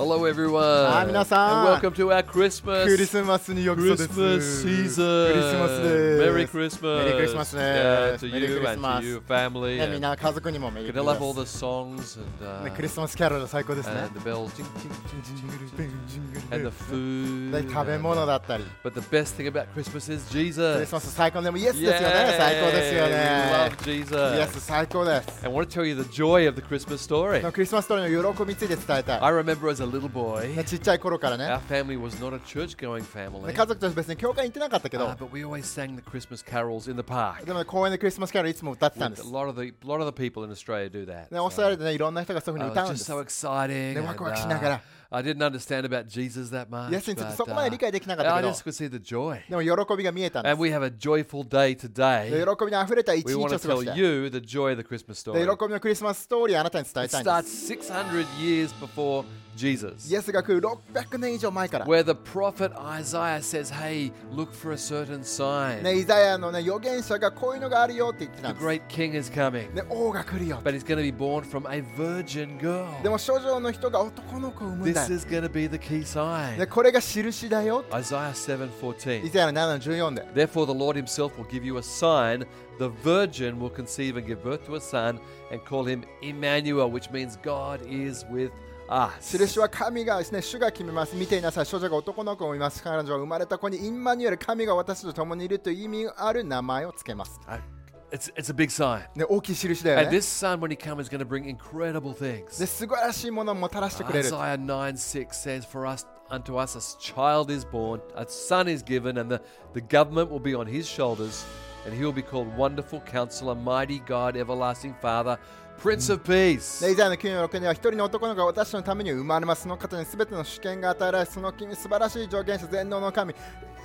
Hello, everyone. はい、皆さん。 And welcome to our Christmas. クリスマスにようこそで Christmas す。season. クリスマスです。 Merry Christmas. メリークリスマスです。 Yeah, to メリー you クリス and マ to ス。 your family. ね、みん And な家族にもメリー We're ク gonna リ love スマ all ス。 the songs and, uh, ね、クリスマスキャロル最高ですね and。the bells, ting, ting, ting, ting, ting, and the food. で食べ and- 物だったり、 But the best thing about Christmas is クリス Jesus. マス最高でもイエスですよ Yeah, ね。最高ですよ We ね love。Jesus. イエス最高です。 I want to tell you the joy of the Christmas story. のクリスマストリーの喜びについて伝えた I い。 remember as a little ね、 boy, ちっちゃい頃からね our。family was not a church-going family. ね家族と別に教会に行ってなかったけ Ah, ど、 but we always sang the Christmas carols in the park. でもね公園でクリスマスキャロルいつも歌ってたん With で a す。 lot of the lot of the people in Australia do that. ね、オーストラリアでね、いろんな人がそういう I 風に was 歌うんで just す so。exciting. ね、 and, ワクワクしながら。 uh, I didn't understand about Jesus that much. イエスについて but, そこまで uh, 理解できなかった I けど、 just could see the joy. でも喜びが見えたんで And す。 we have a joyful day で today. 喜びに溢れた一 We 日 want を過 to ご tell したい。 you the joy of the Christmas で story. 喜びのクリスマスストーリーをあなたに伝え It たいんで starts す。 600 years before Jesus. イエスが来る600年以上前から。 Where the prophet Isaiah says, Hey, look for a certain sign. ね、イザヤの、ね、預言者がこういうのがあるよって言ってた The んです。 great king is coming. ね、王が来るよ。 But he's going to be born from a virgin girl. でも、諸女の人が男の子を産むんだ This よ。 is going to be the key sign. ね、これが印だよ。 Isaiah イ 7:14. ザヤの7の14で。 Therefore the Lord himself will give you a sign. The virgin will conceive and give birth to a son and call him Emmanuel, which means God is with us. 印は神がですね、主が決めます。見ていなさい、少女が男の子を産みます。彼女は生まれた子にインマニュエル、神が私と共にいるという意味がある名前をつけます。 Uh, it's, it's a big sign. ね、大きい印だ And よね。 this son, when he comes, is going to bring incredible things. で、素晴らしいものをもたらしてくれる。 Isaiah 9 6 says, For us unto us a child is born, a son is given, and the, the government will be on his shoulders, and he will be called Wonderful Counselor, Mighty God, Everlasting Father, Prince of Peace. でイザヤの9の6には一人の男の子が私のために生まれます。その方に全ての主権が与えられ、その君素晴らしい条件者、全能の神、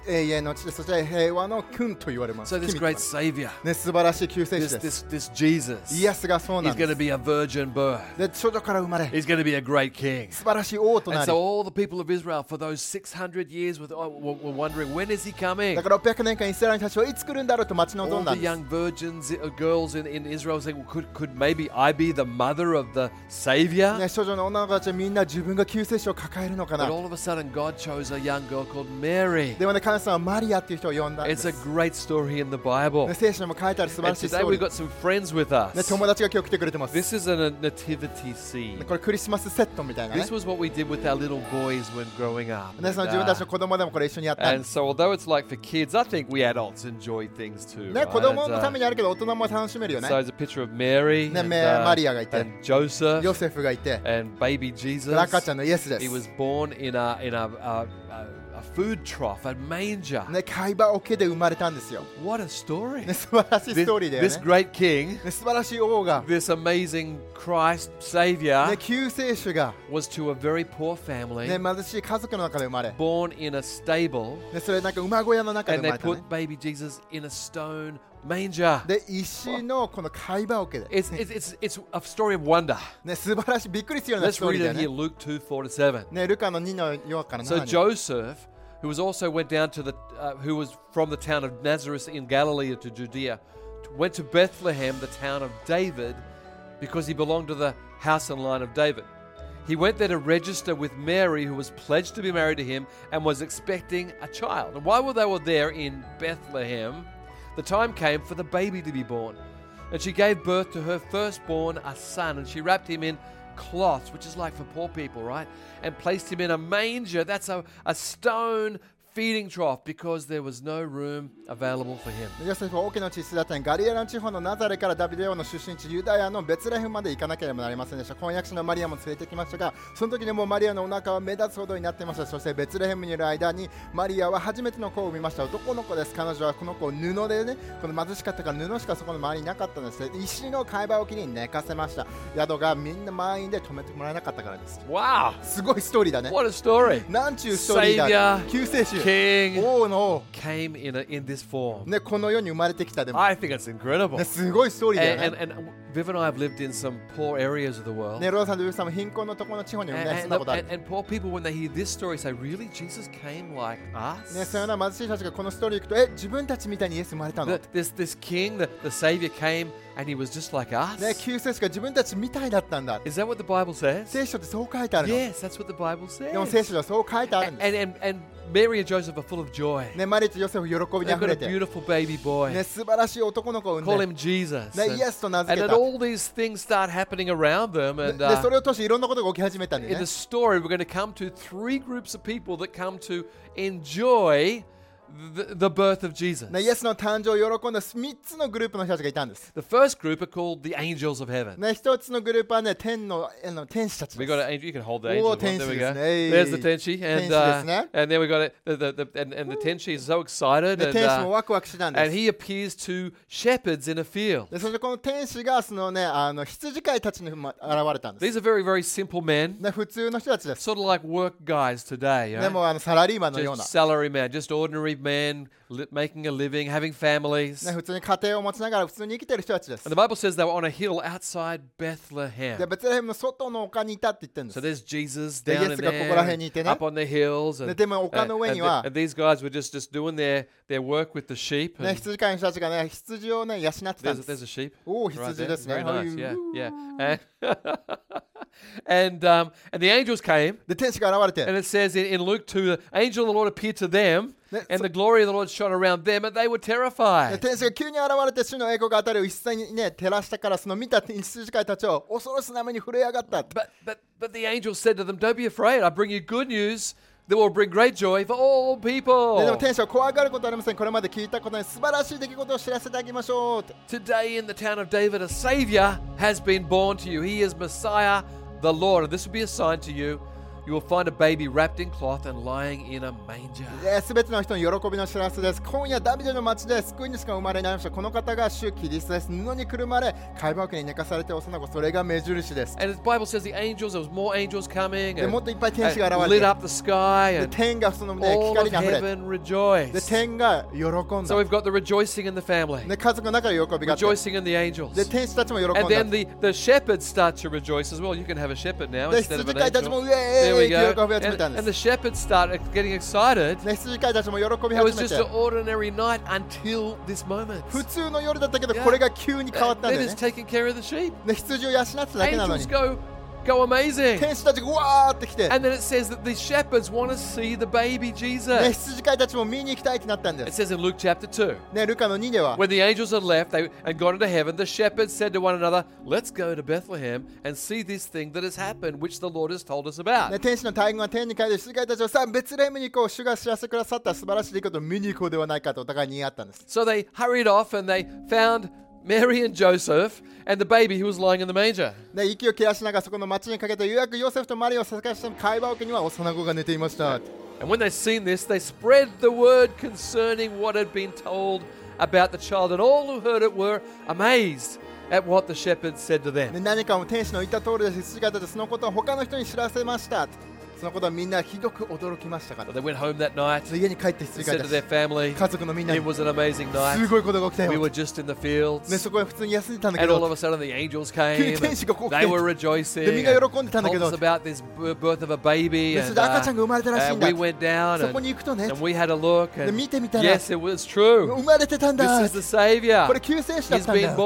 永遠の父、そして平和の君と言われます。 So this 君 great Savior, ね、素晴らしい救世 this 主で this す。 this Jesus, イエスがそうな he's んで going to す。 be a virgin birth. で、少女から生まれ、 He's going to be a great king. 素晴らしい王と And なり so、all the people of Israel for those 600 years with, oh, were were wondering when is he coming? だから600年間イスラエルの人たちはいつ来るんだろうと待ち望 all んだ the んです young。virgins, uh, girls in, in Israel saying, well, could, could maybe I be the mother of the ね、 Savior? 少女の女の子たちはみんな自分が救世主を抱えるのかな But。all of a sudden, God chose a young girl called Mary. でもね、神様はマリアっていう人を呼んだんで It's す。 a ね great story in the Bible. 聖書にも書いてある素晴ら And しいス today トーリ we've ー。 got some friends with ね、 us. 友達が今日来てくれてます。 This is a nativity scene. これクリスマスセットみたいなね This。was what we did with our little boys when growing up. ね、その And, 自分たち uh, の子供でもこれ一緒にやったん and です。 so, although it's like for kids, I think we adults enjoy things too. ね、 right? 子供のた And, めにあるけど大人も楽しめるよ uh, so it's ね。a picture of Mary ね、 and, メ uh, マリアがいて、 and Joseph ヨセフがいて、 and baby Jesus. 赤ちゃんのイエスで He was す。 born in a in a, a, a, a food trough, a manger. ね、海馬桶で生まれたんですよ。 What a story! ね、素晴らしいス This, トーリーだよ this ね。 great king, ね、素晴らしい王が、 this amazing Christ ね、 Savior, 救世主が、 was to a very poor ね、 family, 貧しい家族の中で生まれ、 born in a stable, ね、それなんか馬小屋の中で and 生 they まれた、put ね。baby Jesus in a stone manger. で、石のこの海馬桶で、 It's, it's, it's, it's a story of wonder. ね、素晴らしい、びっくりするようなス Let's トーリ read ーだよ it here ね。 Luke 2 4 to 7. ね、ルカの2の4から So 7に。 Joseph, who was also went down to the, uh, who was from the town of Nazareth in Galilee to Judea, t- went to Bethlehem, the town of David, because he belonged to the house and line of David. He went there to register with Mary, who was pledged to be married to him and was expecting a child. And while they were there in Bethlehem, the time came for the baby to be born. And she gave birth to her firstborn, a son, and she wrapped him in cloths, which is like for poor people, right? And placed him in a manger. That's a, a stone feeding trough because there was no room available for him. ヨセフは王家の血質だったのにガリエラの地方のナザレからダビデ王の出身地ユダヤのベツレヘムまで行かなければなりませんでした婚約者のマリアも連れてきましたがその時にもうマリアのお腹は目立つほどになっていましたそしてベツレヘムにいる間にマリアは初めての子を産みました男の子です彼女はこの子を布でねこの貧しかったから布しかそこの周りになかったんです石の貝羽沖に寝かせました宿がみんな満員で止めてもらえなかったからです Wow! すごいストーリーだね What a story! なんちゅうストーリーだ Savior 救世主 King 王の王 came in, a, in this form. ね、この世に生まれてきたでも、 I think it's incredible. ね、 すごいストーリーだよ And, ね and, and Viv and I have lived in some poor areas of the world. ね、ローさんとウルフさんも貧困のところの地方に And, ね、住 and, んだことある and,。and poor people, when they hear this story, say, Really? Jesus came like ね、 us? そういうような貧しい人たちがこのストーリー行くと、え、自分たちみたいにイエス生まれたの The- ね、 this, this king, the, the Savior, came and he was just like us? 救世主が自分たちみたいだったんだ。 Is that what the Bible says? 聖書ってそう書いてあるの。で Yes, that's what the Bible も聖 says. 書ではそう書いてあるん And, です。 and, and, and Mary and Joseph are full of joy. ね、マリーとヨセフ喜びに They've あふ got れ a て、 beautiful baby ね、 boy. 素晴らしい男の子を産 Call ん him で、Jesus. ね、 And, イエスと名 and 付け then た。 all these things start happening around them. And で、そ uh, れを通していろんなことが起き始めたんで in ね the。story, we're going to come to three groups of people that come to enjoy the, the birth of Jesus. ね、イエスの誕生を喜んだ3つのグループの人たちがいたんです。 The first group are called the angels of heaven. ね、1つのグループはね、天のあの天使たち We で got す。 an angel. You can hold the angel. Oh, one. There we tenshi go. desu ne. There's the tenshi, and Tenshi desu uh, ne. and then we got it. The, the, the, and, and the tenshi is so excited, で and, 天使も uh, ワクワクしてたん and です。 he appears to shepherds in a field. でそれでこの天使がそのねあの羊飼いたちにま現れたんです。 These are very very simple men, ね、普通の人たちです。 sort of like work guys today. you で know? もあのサラリーマンのような、 Just ね、 salary man, just ordinary men li- making a living, having families. 普通に家庭を持ちながら普通に生きてる人たちです And the。Bible says they were on a hill outside で Bethlehem. ベツレヘムの外の丘にいたって言ってるんで So す。 there's Jesus De, down Yesu in ga there, and ここら辺にいてね。 up on the hills, and, で、でも丘 and- の上に and the- は、 and these guys were just just doing their their work with the sheep. ね、 and- 羊飼いの人たちがね羊をね養ってたん There's a, です there's。a sheep. おお Right 羊 there. ですね。 Very はい nice. Yeah, yeah. And, and, um, and the angels came, で天使が現れ and て、 it says in, in Luke 2 the angel of the Lord appeared to them, That's- and the glory of the Lord shone around them, and they were で terrified. 天使が急に現れて主の栄光が当たりを一斉にね照らしたからその見た羊飼いたちを恐ろしな目に触れ上がった。 But, but, but the angel said to them, Don't be afraid. I bring you good news that will bring great joy for all でで people. も天使は怖がることはありません。これまで聞いたことに素晴らしい出来事を知らせてあげましょうって。 Today in the town of David, a Savior has been born to you. He is Messiah the Lord. And this will be a sign to you. You will find a baby wrapped in cloth and lying in a manger. すべての人に喜びの知らせです。今夜、ダビデの町で救い主が生まれになりました。この方が主キリストです。布にくるまれ、解剖家に寝かされて幼子、それが目印です。 And the Bible says the angels, there was more angels coming で and, もっといっぱい天使が and 現れ lit て、 up the sky で and 天がその、ね、 all of 光にあふれて、 heaven で rejoiced. 天が喜ん So だ。 we've got the rejoicing in the family, で家族の中で喜びがあって、 rejoicing in the angels. で天使たちも喜ん And then the, だ。the shepherds start to rejoice as well. You can have a shepherd now で instead of an 羊飼いたちも angel. ウ There ェー we イって go. 喜び始め And, たんで and す the。shepherds start getting excited. で羊飼いたちも喜び It was 始め just an て、 ordinary night until this moment. 普通の夜だったけど、 Yeah. これが急に変わったんだ Then よ it's ね。 taking care of the sheep. で羊を養ってただけなの Angels に、 go, go amazing. 天使たちがわーって来 て、And then it says that the shepherds want to see the baby ね、 Jesus. 羊飼いたちも見に行きたいってなったんで It す。 says in Luke chapter 2, ね、ルカの2では、 when the angels had left they, and gone into heaven, the shepherds said to one another, Let's go to Bethlehem and see this thing that has happened, which the Lord has told us ね、 about. 天使の大群が天に帰る羊飼いたちをさあ、ベツレヘムに行こう、主が知らせてくださった素晴らしいことを見に行こうではないかとお互いに言い合ったんです。 So they hurried off and they found Mary and Joseph and the baby who was lying in the manger. ね、息を切らしながらそこの町にかけて、ようやくヨセフとマリアを探して会話桶には幼子が寝ていました。 And when they seen this, they spread the word concerning what had been told about the child, and all who heard it were amazed at what the shepherds said to them. ね、何かも天使の言った通りです。羊飼いたちはそのことを他の人に知らせました。そのことはみんなひどく驚きましたから So。they went home that night. 家に帰って羊飼 said いた to their ち、 family, 家族のみんなに it、was an amazing す night. ごいことが起きた We よ were。just in the fields. ね、そこは普通に休んでたんだけ And all of ど、 a sudden the angels came. 急に天使がこう来て、 They were rejoicing. で、みんな喜んでたんだけど、 told us about this b- birth of a baby. And, ね、uh, それで赤ちゃんが生まれたらしいんだ。 and we went down そこ and, に行くとね、 and we had a look. And で、見てみたら、 yes, it was true. 生まれてたん This だ is the。Savior. これ救世主だっ He's たんだ been よ。生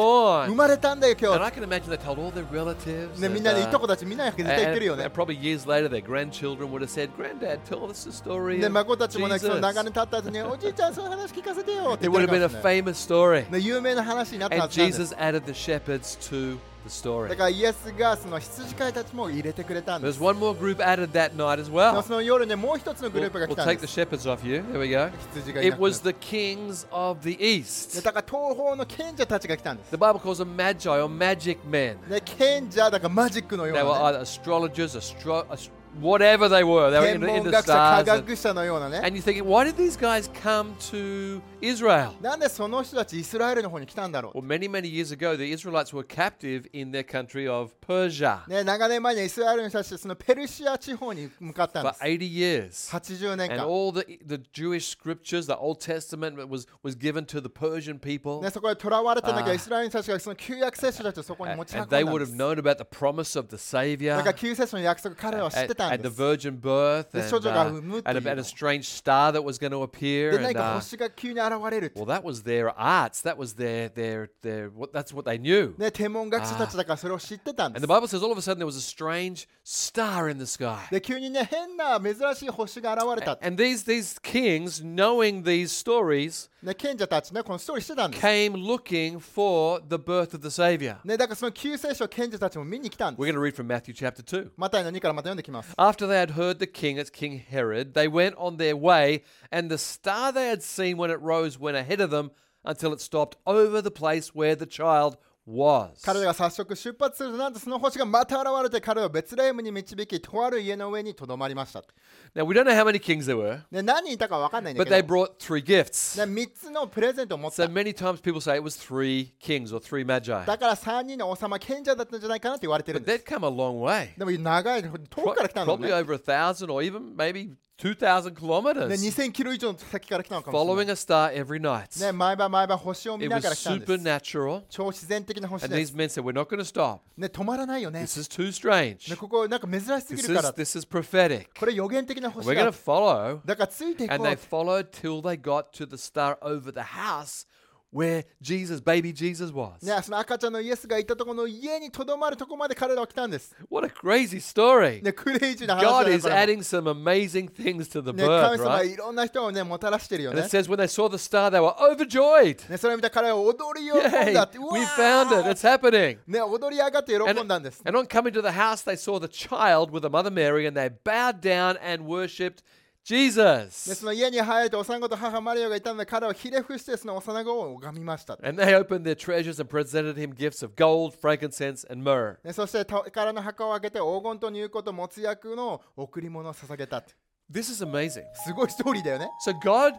born. まれたんだよ、今 And 日。 I can imagine they told all their relatives. ね、みん and, なでいとこ uh, たち、みんな絶対言ってるよ and, ね and。probably years later, their grandchildren would have said, "Granddad, tell us the story." で、 of 孫たちもね、その Jesus." 長年経った後に、おじいちゃん、その話聞かせてよって It 言っ would have て been る a からね famous story. ね有名な話になったは And ずなんです。 Jesus added the shepherds to the だ story. からイエスがその羊飼いたちも入れてくれたんで There's す。 one more group added that night as でも well. その夜ね、もう一つのグル We'll, ープが来 we'll たん take で the す。 shepherds off you. There we go. 羊がい It なくな was った the kings of the ね east. だから東方の賢者たちが来たんです The。Bible calls them magi or magic men. ね、賢者だからマジックのよ They were うなね、 either astrologers, astro- ast- whatever they were. They were in, 天 in 文 the 学者、科 stars. And, 学者のようなね。 and you're thinking, why did these guys come to Israel? なんでその人たちイスラエルの方に来たんだろう Well, many, many years ago, the Israelites were captive in their country of Persia ね、長年前にはイスラエルの人たちそのペルシア地方に向かったんで for す。 80 years. 80年 And 間。 all the, the Jewish scriptures, the Old Testament was, was given to the Persian people. ね、そこで囚われてなきあゃーイスラエルの人たちがその旧約聖書たちをそこに And 持ち運 they ん would だ have んです。 known about the promise of the だか Savior ら旧聖書の約束彼らは知っ and, てたん and で the す。 virgin birth で、 and, 少女が uh, 産むっていう and の。about a strange star that was going to appear. で、何 And, か uh, 星が急に現れるって well, that was their arts. That was their, their, their what, that's what they knew. ね、天文学者たちだからそれを知ってたんで And the。す Bible says all of a sudden there was a strange star in the sky. で、急にね、変な珍しい星が現れたって。 And these, these kings, knowing these stories, ね、賢者たちね、このストーリーしてたんです。 came looking for the birth of the Savior. ね、だからその旧聖書を賢者たちも見に来たん We're です。 going to read from Matthew chapter 2. マタイの2からまた読んできます。 After they had heard the king, it's King Herod, they went on their way, and the star they had seen when it rose went ahead of them until it stopped over the place where the child was. 彼らが早速出発するとなんとその星がまた現れて彼をベツレヘムに導きとある家の上にとどまりました。 Now, we don't know how many kings there were, で何人いたかわかんないんだ but け they ど、で brought three gifts. 3つのプレゼントを持っ So た。 many times people say it was three kings or three magi. だから3人の王様賢者だったんじゃないかなって言われてるん But です。 they'd come a long way. でも長い遠 Pro- くから来たの probably ね。 over a thousand or even maybe 2,000で kilometers 2000キロ以上の先から来たのかもしれ following a star every night. ない。ね毎晩毎晩星を見 It ながら was 来たんです。 supernatural. 超自然的な星 And で these す。 men said, We're not going to stop. ね止まらないよね。 This is too strange. ねここなんか珍しすぎ This るか is, ら。 this is prophetic. これ予言的な星 We're going だ to。follow. だからついていこ And they う。 followed till they got to the star over the house where Jesus, baby Jesus, was. ね、その赤ちゃんのイエスがいたところの家にとどまるところまで彼らは来たんです。 What a crazy story. ね、クレイジーな話だ God ね is これも adding some amazing things to the ね、神 birth, 様は right? いろんな人をね、もたらしてるよ And ね it。says when they saw the star, they were overjoyed. ね、それを見た彼は踊り喜ん Yay, だって。うわ we ー found it. It's happening. ね、踊り上がって喜んだん And, です。 and on coming to the house, they saw the child with the mother Mary, and they bowed down and worshipped ね、 Jesus. その家に入ると、幼子と母マリオがいたので、彼はひれ伏して、その幼子を拝みました。 And they opened their treasures and presented him gifts of gold, frankincense, and myrrh. ね、そして、宝の墓を開けて、黄金と入庫と持つ薬の贈り物を捧げたって。 This is amazing. すごいストーリーだよね。 So God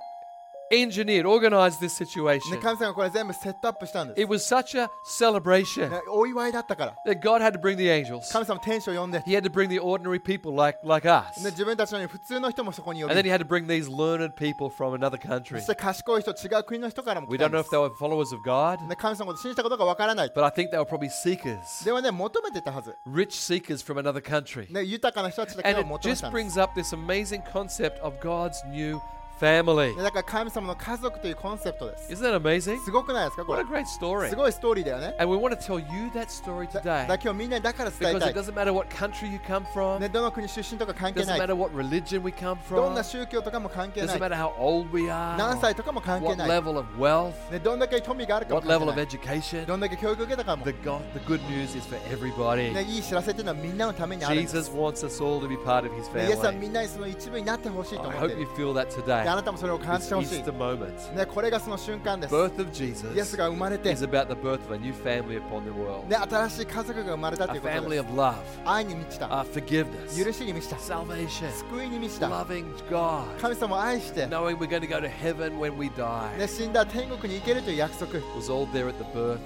engineered, organized this ね、 situation. 神様がこれ全部セットアップしたんです。 It was such a celebration ね、お祝いだったから。 that God had to bring the angels. 神様天使を呼んで、 He had to bring the ordinary people like, like ね、 us. 自分たちのように普通の人もそこに呼 And then び he、had to bring these learned people from another そ country. して賢い人、違う国の人からも We 来た don't know んで if す they。were followers of God, ね、神様を信じたことがわからない。 but I think they were probably seekers. ではね、求めてたはず。 rich seekers from another country. ね、豊かな人たちだけ And を it 求めてた just んです。 brings up this amazing concept of God's new family. ねだから神様の家族というコンセプトです。 Isn't that amazing? すごくないですかこ What れ a。great story. すごいストーリーだよね。 And we want to tell you that story だだ today から今日みんなにだから伝え because た it い。 doesn't matter what country you come from, ね、どの国出身とか関係 doesn't ない。 matter what religion we come どん from, な宗教とかも関係な doesn't い。 matter how old we are, 何歳とかも関係 what ない。 level of wealth, ね、どんだけ富があるかも what 関 level 係 of ない。 education. どんだけ教育を受けたかも。 The ね、 God, the good news is for everybody. いい知らせっていうのはみんなのためにあるんです。 Jesus wants us all to be part of His ねイエスはみ family. んなにその一部になってほしいと I 思って hope いる you。feel that today. であなたもそれを感じ It's てほしい。 Easter moment. ね、これがその瞬間です。 birth of イエス Jesus が生まれて is、about the birth of a new family upon the world. ね、新しい家族が生まれたとい A うこと family です of。love, 愛に満ちた uh,。forgiveness, 許しに満ちた。 salvation, 救いに満ちた。 loving God, 神様を愛して、ね、 knowing we're going to go to heaven when we die 死んだ天国に行けるという約束、イ was all there at the birth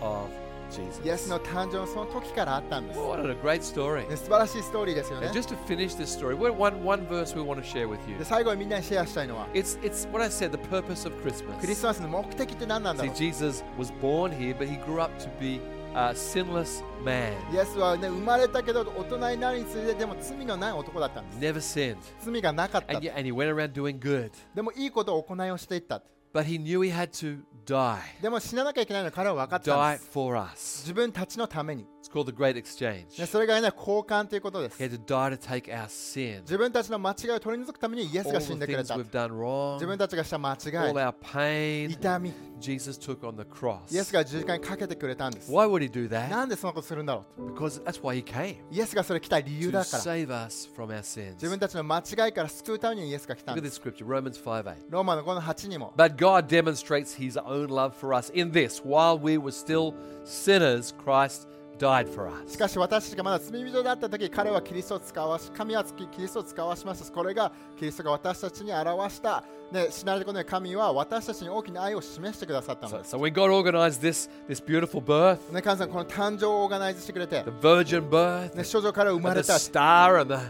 of Jesus. エスの誕生のその時からあったんです。ね What a great story. 素晴らしいストーリーですよね And。just to finish this story, we're one, one verse we want to share with you. で最後にみんなにシェアしたいのは、 It's, it's what I said, the purpose of クリス Christmas. マスの目的って何なんだ See, ろう Jesus was born here, but he grew up to be a sinless man. イエスはね、生まれたけど、大人になるにつれて、でも罪のない男だったんです。 Never sinned. 罪がなかった And, って。 yet, and he went around doing good. でもいいことを行いをしていったって。 But he knew he had to die. でも死ななきゃいけないの彼は分かったん Die です。 for us. 自分たちのために。 It's called the Great Exchange. ね、それがね、交換ということで He す had。to die to take our sin. 自分たちの間違いを取り除くためにイエス All が死ん the でくれ things た。 we've done 自分 wrong, たちがした間違 all い、 our pain, 痛み、 Jesus took on the cross. イエスが十字架にかけてくれたんです。 Why would he do な that? んでそんなことするんだろう Because that's why he came. イエスがそれ来た理由 To だから。 save us from our sins. 自分 Look たちの間違いから救うためにイエスが来たん at で this す。 scripture, Romans 5 8. ローマのこの8にも。 But God demonstrates his own love for us in this while we were still sinners, Christ died for us. しかし私たちがまだ罪人だった時、彼はキリストを使わし、神はキリストを使わしました。これがキリストが私たちに表した、ね、死なれることで神は私たちに大きな愛を示してくださったの So, です。 so when God organized this, this beautiful birth, ね、神さん、この誕生をオーガナイズしてくれて the、virgin birth, ね、少女から生 and ま the れた、 star and the,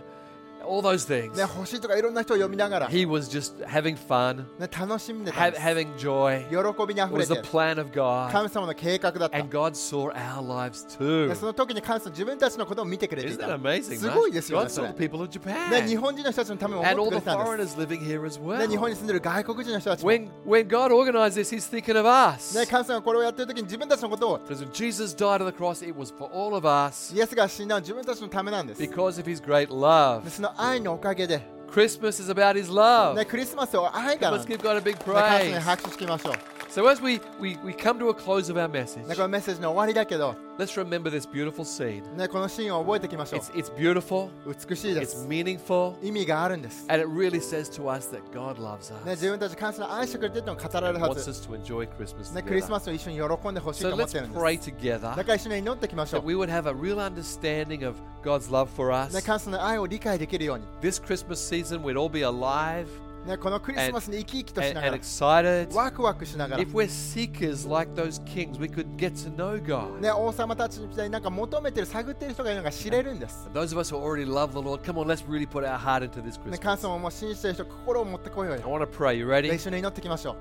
all those things, ね、星とかいろんな人を読みながら、ね、 he was just having fun, 楽しんでたん ha- です having joy. 喜びにあ It ふれ was て the plan of God. 神様の計画だった。 And God saw our lives too. ねその時に神様自分たちのことを見てくれてい Isn't た that。amazing? す mate? ごいですよね God そ saw れ the people of ね。日 Japan 本人の人たちのためも思っ and て all くれ the てたんです。 foreigners living here as ね、日本 well. に住んでる外国人の人たちも。 When, when God organized this, He's thinking of us. ね、神様がこれをやってる時に自分たちのことを Because when Jesus died on the cross, it was for all of us イエスが死んだのは自分たちのためなんです。で because of His great love. その愛のおかげで、 Christmas is about His love. ね、クリスマスは愛が Come, な let's の、ね、 give God a big 神様に praise. 拍手していきましょう。 So, as we, we, we come to a close of our message, ね、このメッセージの終わりだけど、 let's remember this beautiful scene. ね、このシーンを覚えていきましょ It's, it's beautiful, う。美しいで it's す。 meaningful, 意味があるんです。ね、 and it really says to us that God loves 自 us 分たち神様の愛してくれてるのを語られ and るは wants ず。 us to enjoy Christmas ね、クリス together. マスを一緒に喜んでほしい So, と思っ let's てるんです。 pray だ together から一緒に祈っていきましょ that う。 we would have a real understanding of God's love for ね、 us. 神様の愛を理解できるように、 This Christmas season, we'd all be alive ね、このクリスマスに生き生きとし and, な and がら、 excited. ワクワクしながら If、we're seekers like those kings, we could get to know God. ね、王様たちみたいになんか求めてる、探ってる人がいるのが知れるんです。 And those of us who already love the Lord, come on, let's really put our heart into this ね、神 Christmas. 様も信じてる人、心を持ってこいよう I よ。 want to pray. You ready? 一緒に祈っていきましょ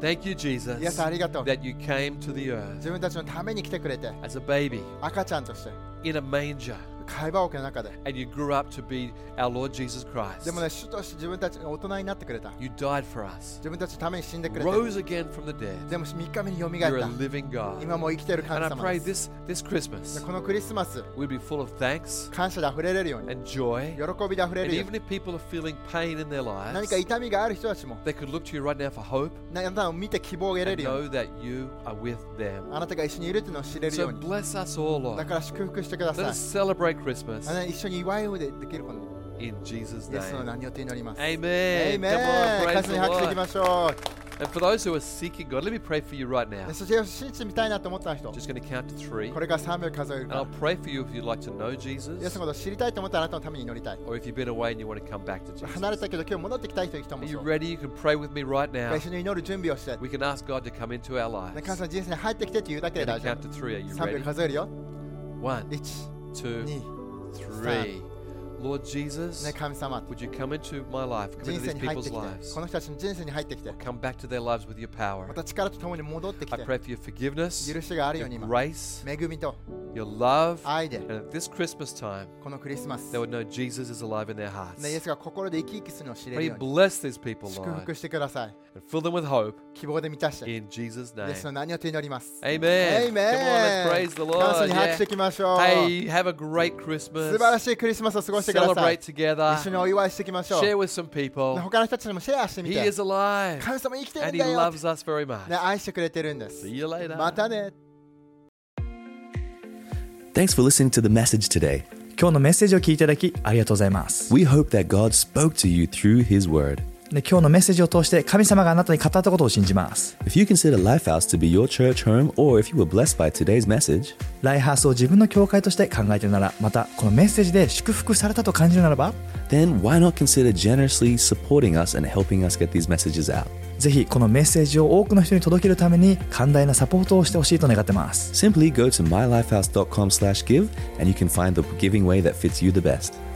Thank you, う。イエ Jesus, ス、ありがとう。 that you came to the earth 自分たちのために来てくれて、 as a baby 赤ちゃんとして、 in a manger, 会話桶の中で。 and you grew up to be our Lord Jesus Christ. でもね、主として自分たちが大人になってくれた。 You died for us, 自分たちのために死んでくれて。 rose again from the dead. でも3日目によみがえ You're っ a た。 living God. 今もう生きてる And 神 I 様 pray です。 this, this Christmas このクリスマス、 we'd be full of thanks 感謝で溢れれるように、 and joy. 喜びで溢れ And るよう even に、 if people are feeling pain in their 何 lives, か痛みがある人たちも、 they could lookとyou right now for hope なあなたを見て希望を得れ and るよう know に、 that you are with them. あなたが一緒にいるというのを知れるよ So うに、 bless us all, だ Lord. から祝福してくだ Let さい us。celebrate Christmas あなた一緒に祝いをでできることに、 in Jesus' イエスの name. 名によって祈ります。 Amen. メ Come on, praise ン神 the 様に拍手していき Lord. ましょ And for those who are seeking God, let me pray for you right う now. ね。そして、信じてみたいなと思った人、 Just going to count to three. これから3秒数える And から I'll。pray for you if you'd like to know イエス Jesus のことを知りたいと思ったあなたのために祈りたい。 or if you've been away and you want to come back to 離れ Jesus. たけど今日戻ってきたいという人 Are も you そう ready? You can pray with me right now. 一緒に祈る準備をして、ね We can ask God to come into our 神 lives. 様の人生に入ってきてっていうだけで And 大 I 丈夫 count。to three. Are you 3 ready? 秒数えるよ。 One, 1、 two, 2、 three. Lord Jesus, ね、神様、 would you come into my life, come 人 into 生 these に入っ people's てきて、 lives, この人たちの人生に入ってきて、 come back to their lives with your ま power. た力とともに戻ってき I て、 pray for your forgiveness, 許しがあるよ your うに今、 grace, 恵みと your love, 愛で and、at this Christmas time, このクリスマス、 they ね would know Jesus is alive in their hearts. イエスが心で生き生きするのを知れ May る you ように、 bless these people, 祝 Lord, 福してください。 and fill them with hope 希望で満たして、イ in Jesus' エ name. スの何を手に祈ります。 Amen. Come Amen. on, let's praise the 感謝 Lord. に拍 yeah. 手していきましょう。 Hey, have a great 素晴ら Christmas. しいクリスマスを過ごしてください Celebrate。together. 一緒にお祝いしていきましょう。 Share with some people. 他の人たちにもシェアしてみ He て is。alive 神様生きてる and ん He だよ。 loves us very much. ね、愛してくれてるんです。 See you later. またね。 Thanks for listening to the message today. 今日のメッセージを聞いていただきありがとうございます We hope that God spoke to you through His Word. で今日のメッセージを通して神様があなたに語ったことを信じます If you consider Lifehouse to be your church home, or if you were blessed by today's message, ライハースを自分の教会として考えているならまたこのメッセージで祝福されたと感じるならば then why not consider generously supporting us and helping us get these messages out? ぜひこのメッセージを多くの人に届けるために寛大なサポートをしてほしいと願ってます Simply go to mylifehouse.com/give and you can find the giving way that fits you the best.